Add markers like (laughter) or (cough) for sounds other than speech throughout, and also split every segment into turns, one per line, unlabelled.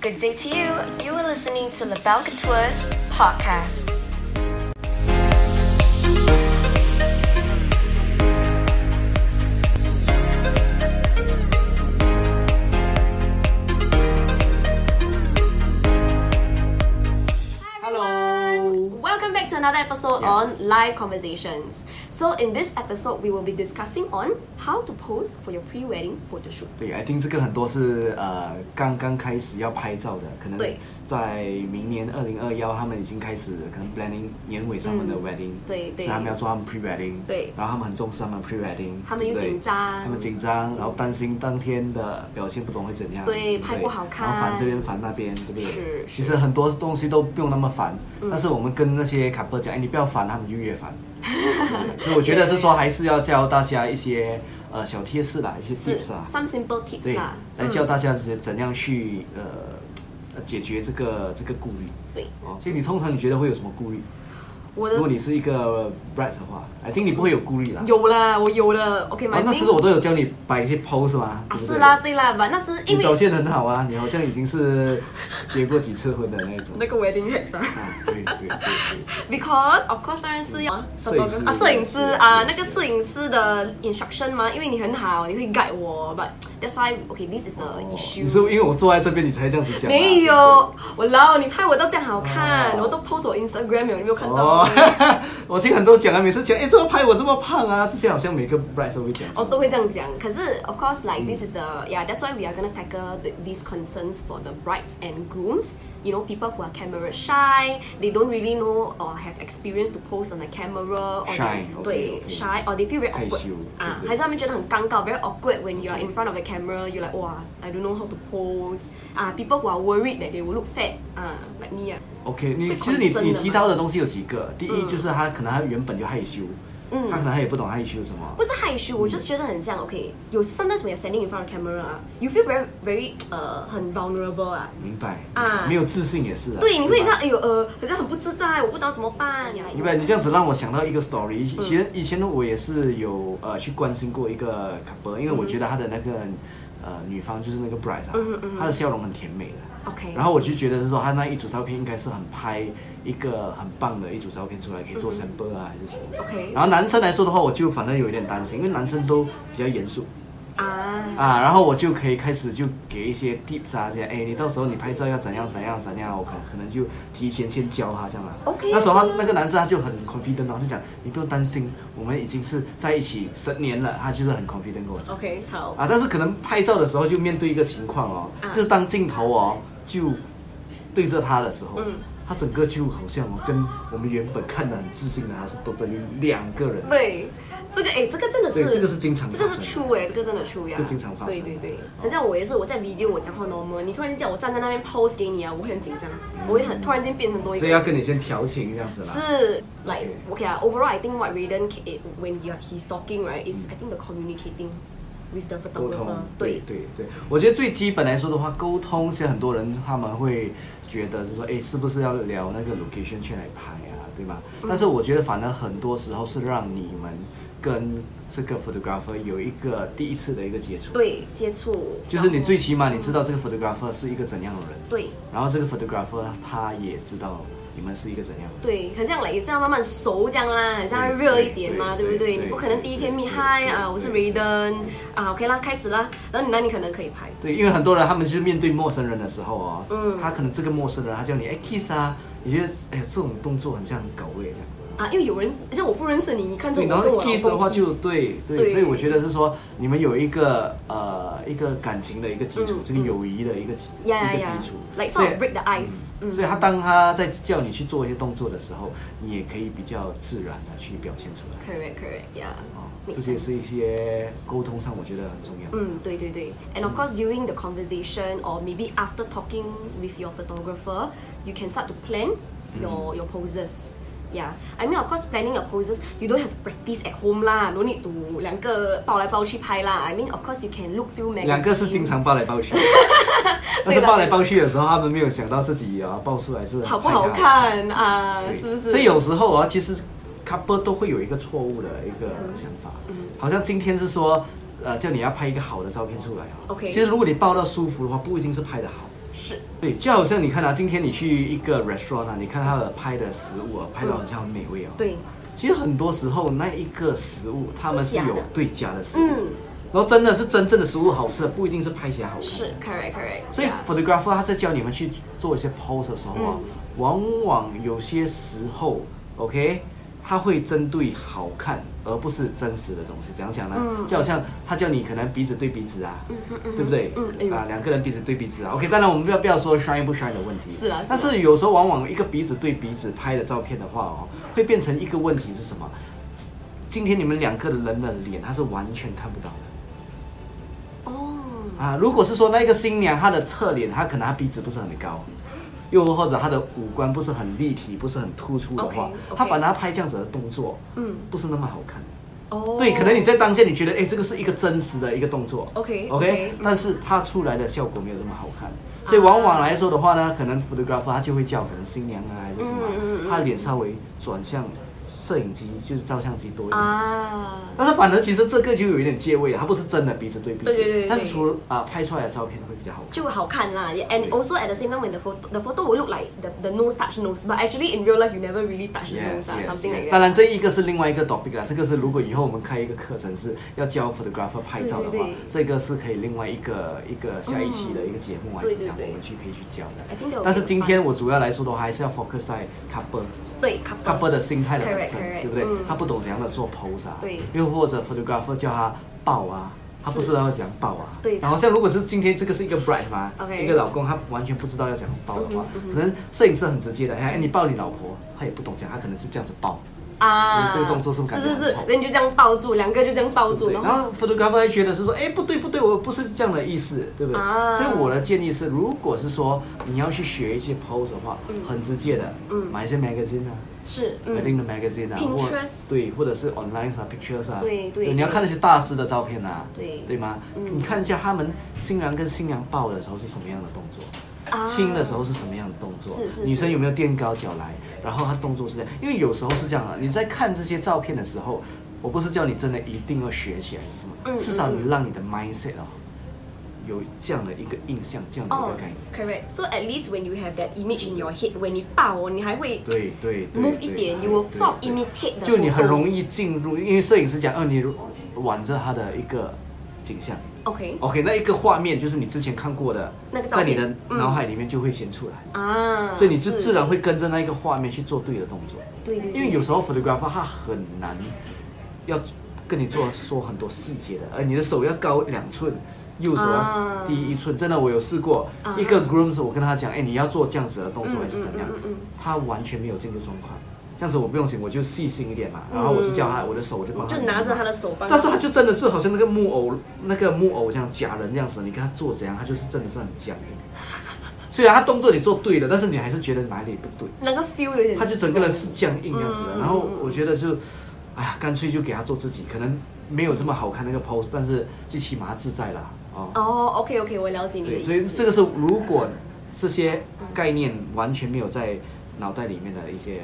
Good day to you. You are listening to LaBelle Couture's podcast.
Hello.
Welcome back to another episode
Yes.
on Live Conversations. So, in this episode, we will be discussing on how to pose for your pre-wedding photo shoot.
对，I think 这个很多是呃刚刚开始要拍照的，可能
对
在明年二零二幺，他们已经开始可能 planning 年尾是他们的 wedding，、
嗯对对
所以他们要做他们 pre wedding，
对
然后他们很重视他们 pre wedding，
他们又紧张
他们紧张，然后担心当天的表现不懂会怎样，
对拍不好看
然后烦这边烦那边，对不对？
是嗯
其实很多东西都不用那么烦，但是我们跟那些卡 o 讲，哎，你不要烦，他们就越
(laughs)
烦。对所以我觉得是说，还是要教大家一些呃小贴士啦，一些
是
tips ah. 啦，
some simple tips Hmm.
对
啦，，
来教大家是怎样去呃呃解决这个这个顾虑。
对，
哦，所以你通常你觉得会有什么顾虑？
我
如果
的
你是一个 bright 的话，I think 你不会有顾虑啦。
呃有啦，我有了。OK，
啊
my，Ah,
那时候我都有教你摆一些 pose 嘛，
啊
对不
是
对
啦，，对啦，反那是
你
因为
表现得很好啊，你好像已经是结过几次婚的那种。
那个 wedding dress ah. 啊。
啊，对对对对，
Because of course，当然是要
嗯摄影师
啊，摄影师啊，那
摄影师
个摄影师的 instruction 嘛，因为你很好，你会 guide 我，but that's why okay this is the
哦你是
issue。
因为我坐在这边你才这样子讲啊？
没
对不对
有，我老你拍我都这样好看，
哦
我都 post 我 Instagram 有，你没有看到
哦？， (laughs) 我听很多讲啊，每次讲，哎，这个拍我这么胖啊，这些好像每个 bright 都会讲。
哦，都会这样讲。可是，of course, like this
Mm.
is the yeah, that's why we are gonna tackle the, these concerns for the brides and grooms. You know, people who are camera shy, they don't really know or have experience to pose on the camera. Or they-
Shy, okay,
对
okay.
shy or they feel very
害
awkward
羞
啊，
对不对
还是他们觉得很尴尬，very awkward when you are in
Okay.
front of the camera. You like, wow, I don't know how to pose. 啊，people who are worried that they will look fat 啊，like me ah. 啊。
OK，你
会
其实你
concern 的
你
嘛
提到的东西有几个？第一就是他可能他原本就害羞，
嗯
他可能他也不懂害羞什么
不。是害
Mm.
羞，我就是觉得很像 OK。有 sometimes when you're standing in front of camera 啊，you feel very very 呃很 vulnerable ah. 啊。
明白
啊
没有自信也是啊。
对，你会
吧
这样，哎呦，呃，好像很不自在，我不知道怎么办。呀
明白，你这样子让我想到一个 story。以
嗯
前以前我也是有呃去关心过一个 couple，因为我觉得他的那个呃女方就是那个 Bryce 啊
嗯嗯嗯哎嗯，
她的笑容很甜美的。
OK，
然后我就觉得是说，他那一组照片应该是很拍一个很棒的一组照片出来，可以
嗯
做 sample 啊，还是什么。
OK
然后男生来说的话，我就反正有一点担心，因为男生都比较严肃
啊，
啊，然后我就可以开始就给一些 tips 啊，这样，哎，你到时候你拍照要怎样怎样怎样，我可可能就提前先教他这样啊。
OK
那时候他那个男生他就很 confident，然后就讲你不用担心，我们已经是在一起十年了，他就是很 confident 跟我讲。
OK，好，
啊，但是可能拍照的时候就面对一个情况哦，
啊
就是当镜头哦就对着他的时候，
嗯
他整个就好像哦跟我们原本看的很自信的他是都等于两个人。
对，这个哎，这个真的
对，
是，
这个是经常
这
发
个
生
是
的。
true 哎，这个真的 true 呀，
这经常发
对
生
对对，很像我也是，我在 video 我讲话 normal，你突然间叫我站在那边 pose 给你啊，我会很紧张，我会很突然间变成多一
嗯所以要
个。
跟你先调情这样子啦。
是，like okay 啊，overall I think what Raiden ca- it- when you are he's talking right is I think the communicating with the
沟通
photographer，，
对
对，
对对，我觉得最基本来说的话，沟通是很多人他们会觉得是说，哎，是不是要聊那个 location 去哪里拍啊，对吗？但是我觉得反而很多时候是让你们跟这个 photographer 有一个第一次的一个接触。
对接触，
就是
然
你
后
最起码你知道这个 photographer 是一个怎样的人，
对。
然后这个 photographer 他也知道你们是一个怎样的人。
对，很像来也是要慢慢熟这样啦，很像要热一点嘛，对
对
不对？
对对
你不可能第一天密
对对
嗨
对
啊，我是 Raiden 啊，OK 啦，开始啦。然后你那你可能可以拍，
对，因为很多人他们去面对陌生人的时候哦，
嗯
他可能这个陌生人他叫你哎 kiss 啊，你觉得哎呀这种动作很像很狗味这样。
啊，因为有人像我不认识你，你看着
对，
我
然
跟我老
后
公
kiss 的话就
kiss
对对
对
所以我觉得是说你们有一个呃一个感情的一个基础，
嗯
这个友谊的一个基、
呀呀
一个
呀
基础。
，like
所
sort
以
of break the ice，嗯
所以他当他在叫你去做一些动作的时候，你也可以比较自然的去表现出来。
，correct correct，yeah，
哦，
makes
这些是
sense
一些沟通上我觉得很重要。
嗯，Mm, 对对对，and of course during the conversation or maybe after talking with your photographer, you can start to plan
Mm-hmm.
your your poses. Yeah, I mean of course planning your poses, you don't have to practice at home 啦，no need to 两个抱来抱去拍啦。I mean of course you can look through magazine.
两个是经常抱来抱
(laughs)
去，但
嗯对
是
啦
抱来抱去的时候，他们没有想到自己啊抱出来是
好不好
拍起来
看啊？
对
是不是？
所以有时候啊，其实 couple 都会有一个错误的一个想法，
嗯
好像今天是说，呃，叫你要拍一个好的照片出来啊。
OK
其实如果你抱到舒服的话，不一定是拍的好。
是，
对，就好像你看啊，今天你去一个 restaurant 啊，你看它的拍的食物啊，拍到好像很美味啊。。
对，
其实很多时候那一个食物，他们是
假的
有对家的食物，
嗯，
然后真的是真正的食物好吃的，不一定是拍起来好看。
是。correct correct。
所以 photographer 他在教你们去做一些 pose 的时候啊，
嗯
往往有些时候，OK，他会针对好看，而不是真实的东西。怎样讲呢？
嗯
就好像他叫你可能鼻子对鼻子啊，
嗯嗯嗯，
对不对？
嗯，哎呦
啊，两个人鼻子对鼻子啊。OK，当然我们不要不要说 shine 不 shine 的问题。
是啊啦是啦
但是有时候往往一个鼻子对鼻子拍的照片的话哦，会变成一个问题是什么？今天你们两个人的脸，他是完全看不到的
哦，
啊。如果是说那个新娘她的侧脸，她可能她鼻子不是很高，又或者她的五官不是很立体，不是很突出的话
OK，OK
她反而拍这样子的动作，
嗯，
不是那么好看。
哦，
对，可能你在当下你觉得，哎，这个是一个真实的一个动作
OK，啊
OK，
嗯
但是它出来的效果没有这么好看，所以往往来说的话呢，可能 photographer 他就会叫可能新娘啊还是什
嗯嗯
么，
嗯
他脸稍微转向摄影机，就是照相机多一点。
啊，
但是反而其实这个就有一点借位了，它不是真的鼻子对鼻
对对对
子
对，
但是除了啊拍出来的照片会比较好看。
就好看啦。Yeah, And also at the same time, when the photo the photo will look like the the nose touch nose, but actually in real life you never really touch the
Yes,
nose, ah,
yes,
something
yes.
like
当
that.
然，这一个是另外一个 topic 啦。这个是如果以后我们开一个课程是要教 photographer 拍照的话，
对对对
这个是可以另外一个一个下一期的一个节目、还是这样，
嗯对对对
我们去可以去教的。
I think that will
但是
be
今天我主要来说的话，还是要 focus 在 couple。
对
couple 的心态的本
correct
身
correct，
对不对？
嗯
他不懂怎样的做 pose 啊，
对
又或者 photographer 叫他抱啊，他不
是
知道要怎样抱啊，
对
然后像如果是今天这个是一个 bride 嘛
OK
一个老公他完全不知道要怎样抱的话，
嗯哼嗯哼
可能摄影师很直接的，哎，你抱你老婆，他也不懂讲，他可能就这样子抱，
啊，
这个动作是不是感觉
是
很
是是
丑，
人就这样抱住，两个就这样抱住，
对
然
然
后
后 photographer 还觉得是说，哎，不对不对，我不是这样的意思，对不对？
啊
所以我的建议是，如果是说你要去学一些 pose 的话，很直接的，
嗯
买一些 magazine 啊。
是嗯
买定的 magazine 啊或
Pinterest
对，或者是 online 啊，pictures 啊，
对对
你要看那些大师的照片啊，
对
对吗？
嗯
你看一下他们新郎跟新娘抱的时候是什么样的动作。
啊
亲的时候是什么样的动作？
是是
女生有没有垫高脚来？然后她动作是这样，因为有时候是这样的。啊你在看这些照片的时候，我不是叫你真的一定要学起来是什么，
嗯
至少
嗯嗯
你让你的 mindset 哦，有这样的一个印象，这样的一
哦
个概念。
，correct. So at least when you have that image in your head, when 你抱哦，你还会
对对对
move
对
一点
对
，you will
对
sort of
对
imitate the
就你很
photo.
容易进入，因为摄影师讲，呃，你挽着他的一个景象
OK
，OK，那一个画面就是你之前看过的，
那个照
在
片
你的
嗯
脑海里面就会先出来，
啊，
所以你自
是
自然会跟着那一个画面去做对的动作。
对对，对
因为有时候 photographer 他很难要跟你做说很多细节的，而你的手要高两寸，右手要
啊
低一寸。真的，我有试过
啊
一个 groom，我跟他讲，哎，你要做这样子的动作
嗯
还是怎样
嗯嗯嗯嗯，
他完全没有进入状况。这样子我不用紧，我就细心一点嘛，
嗯
然后我就叫他，我的手我就帮他，
就拿着他的。手帮，
但是他就真的是好像那个木偶，那个木偶这样假人这样子，你跟他做怎样，他就是真的是很僵硬。虽然他动作你做对了，但是你还是觉得哪里不对。
那个 feel 有点，
他就整个人是僵硬这样子的。
嗯
然后我觉得就，哎呀，干脆就给他做自己，可能没有这么好看那个 pose，但是最起码他自在啦。哦，
哦，OK OK，我了解你的
对，
意思。
所以这个是如果这些概念完全没有在脑袋里面的一些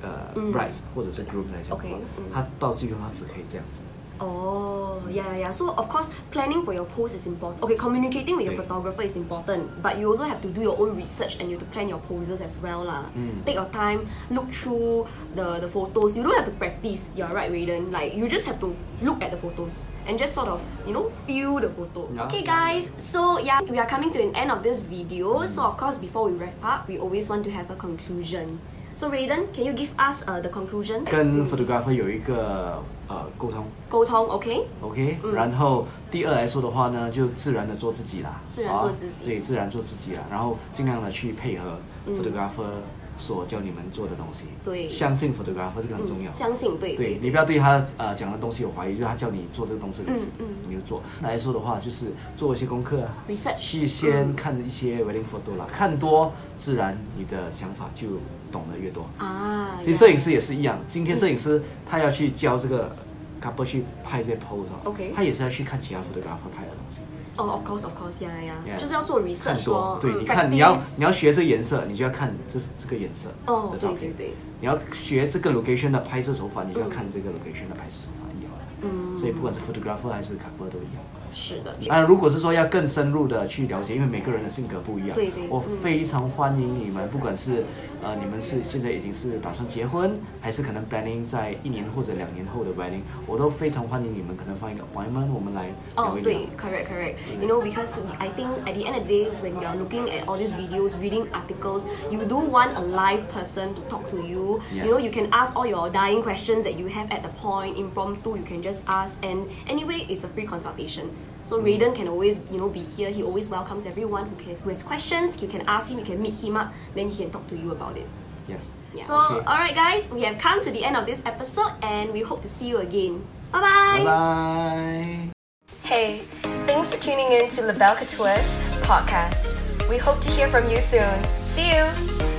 呃
嗯
bright 或者是 group 来讲的话
OK，嗯，
他到最后他只可以这样子。
Oh, yeah, yeah. yeah. So of course, planning for your post is important. Okay, communicating with your
Right.
photographer is important, but you also have to do your own research and you have to plan your poses as well, lah.
Mm.
Take your time, look through the the photos. You don't have to practice. You're right, Raiden. Like you just have to look at the photos and just sort of you know feel the photo.
Yeah,
okay,
yeah, Hmm.
guys. So yeah, we are coming to an end of this video. So of course, before we wrap up, we always want to have a conclusion. So Raiden, can you give us uh, the conclusion?
跟 photographer 有一个呃沟通
Go Tong, okay?
OK，、
嗯
然后第二来说的话呢，就自然的做自己啦，
自然做自己
啊对，自然做自己啦，然后尽量的去配合
嗯
photographer 所教你们做的东西，
对
相信 photographer 这个很重要。
嗯相信对
对你不要对他呃讲的东西有怀疑，就是他叫你做这个东西的东西，
嗯
你就做。来说的话，就是做一些功课啊，
research
去
嗯
先看一些 wedding photo 啦，看多自然你的想法就懂得越多。
啊，
其实
yeah
摄影师也是一样，今天摄影师他要去教这个 couple 去拍这些 pose 哦
嗯 OK
他也是要去看其他 photographer 拍的东西
哦、o f course, of course, yeah, yeah，
Yes
就是要做
看
research
多
咯。
对，
嗯
你看你要
practice
你要学这个颜色，你就要看这是这个颜色
哦
的照片
对对对
你要学这个 location 的
嗯
拍摄手法，你就要看这个 location 的拍摄手法一样。嗯，所以不管是 photographer 还是 couple 都一样。
是的，
那如果是说要更深入的去了解，因为每个人的性格不一样，
对对
我
嗯
非常欢迎你们，不管是呃你们是现在已经是打算结婚，还是可能 planning 在一年或者两年后的 wedding，我都非常欢迎你们，可能放一个 w i n e 我们来聊
Oh,
一聊。
对, correct, correct. You know, because we- I think at the end of the day, when you are looking at all these videos, reading articles, you do want a live person to talk to you. You know,
Yes.
you can ask all your dying questions that you have at the point, impromptu, you can just ask. And anyway, it's a free consultation. So
Mm.
Raiden can always, you know, be here. He always welcomes everyone who, can, who has questions. You can ask him, you can meet him up, then he can talk to you about it.
Yes.
So,
Okay.
alright, guys, we have come to the end of this episode and we hope to see you again. Bye-bye.
拜拜。
Hey, thanks for tuning in to LaBelle Couture's podcast. We hope to hear from you soon. See you!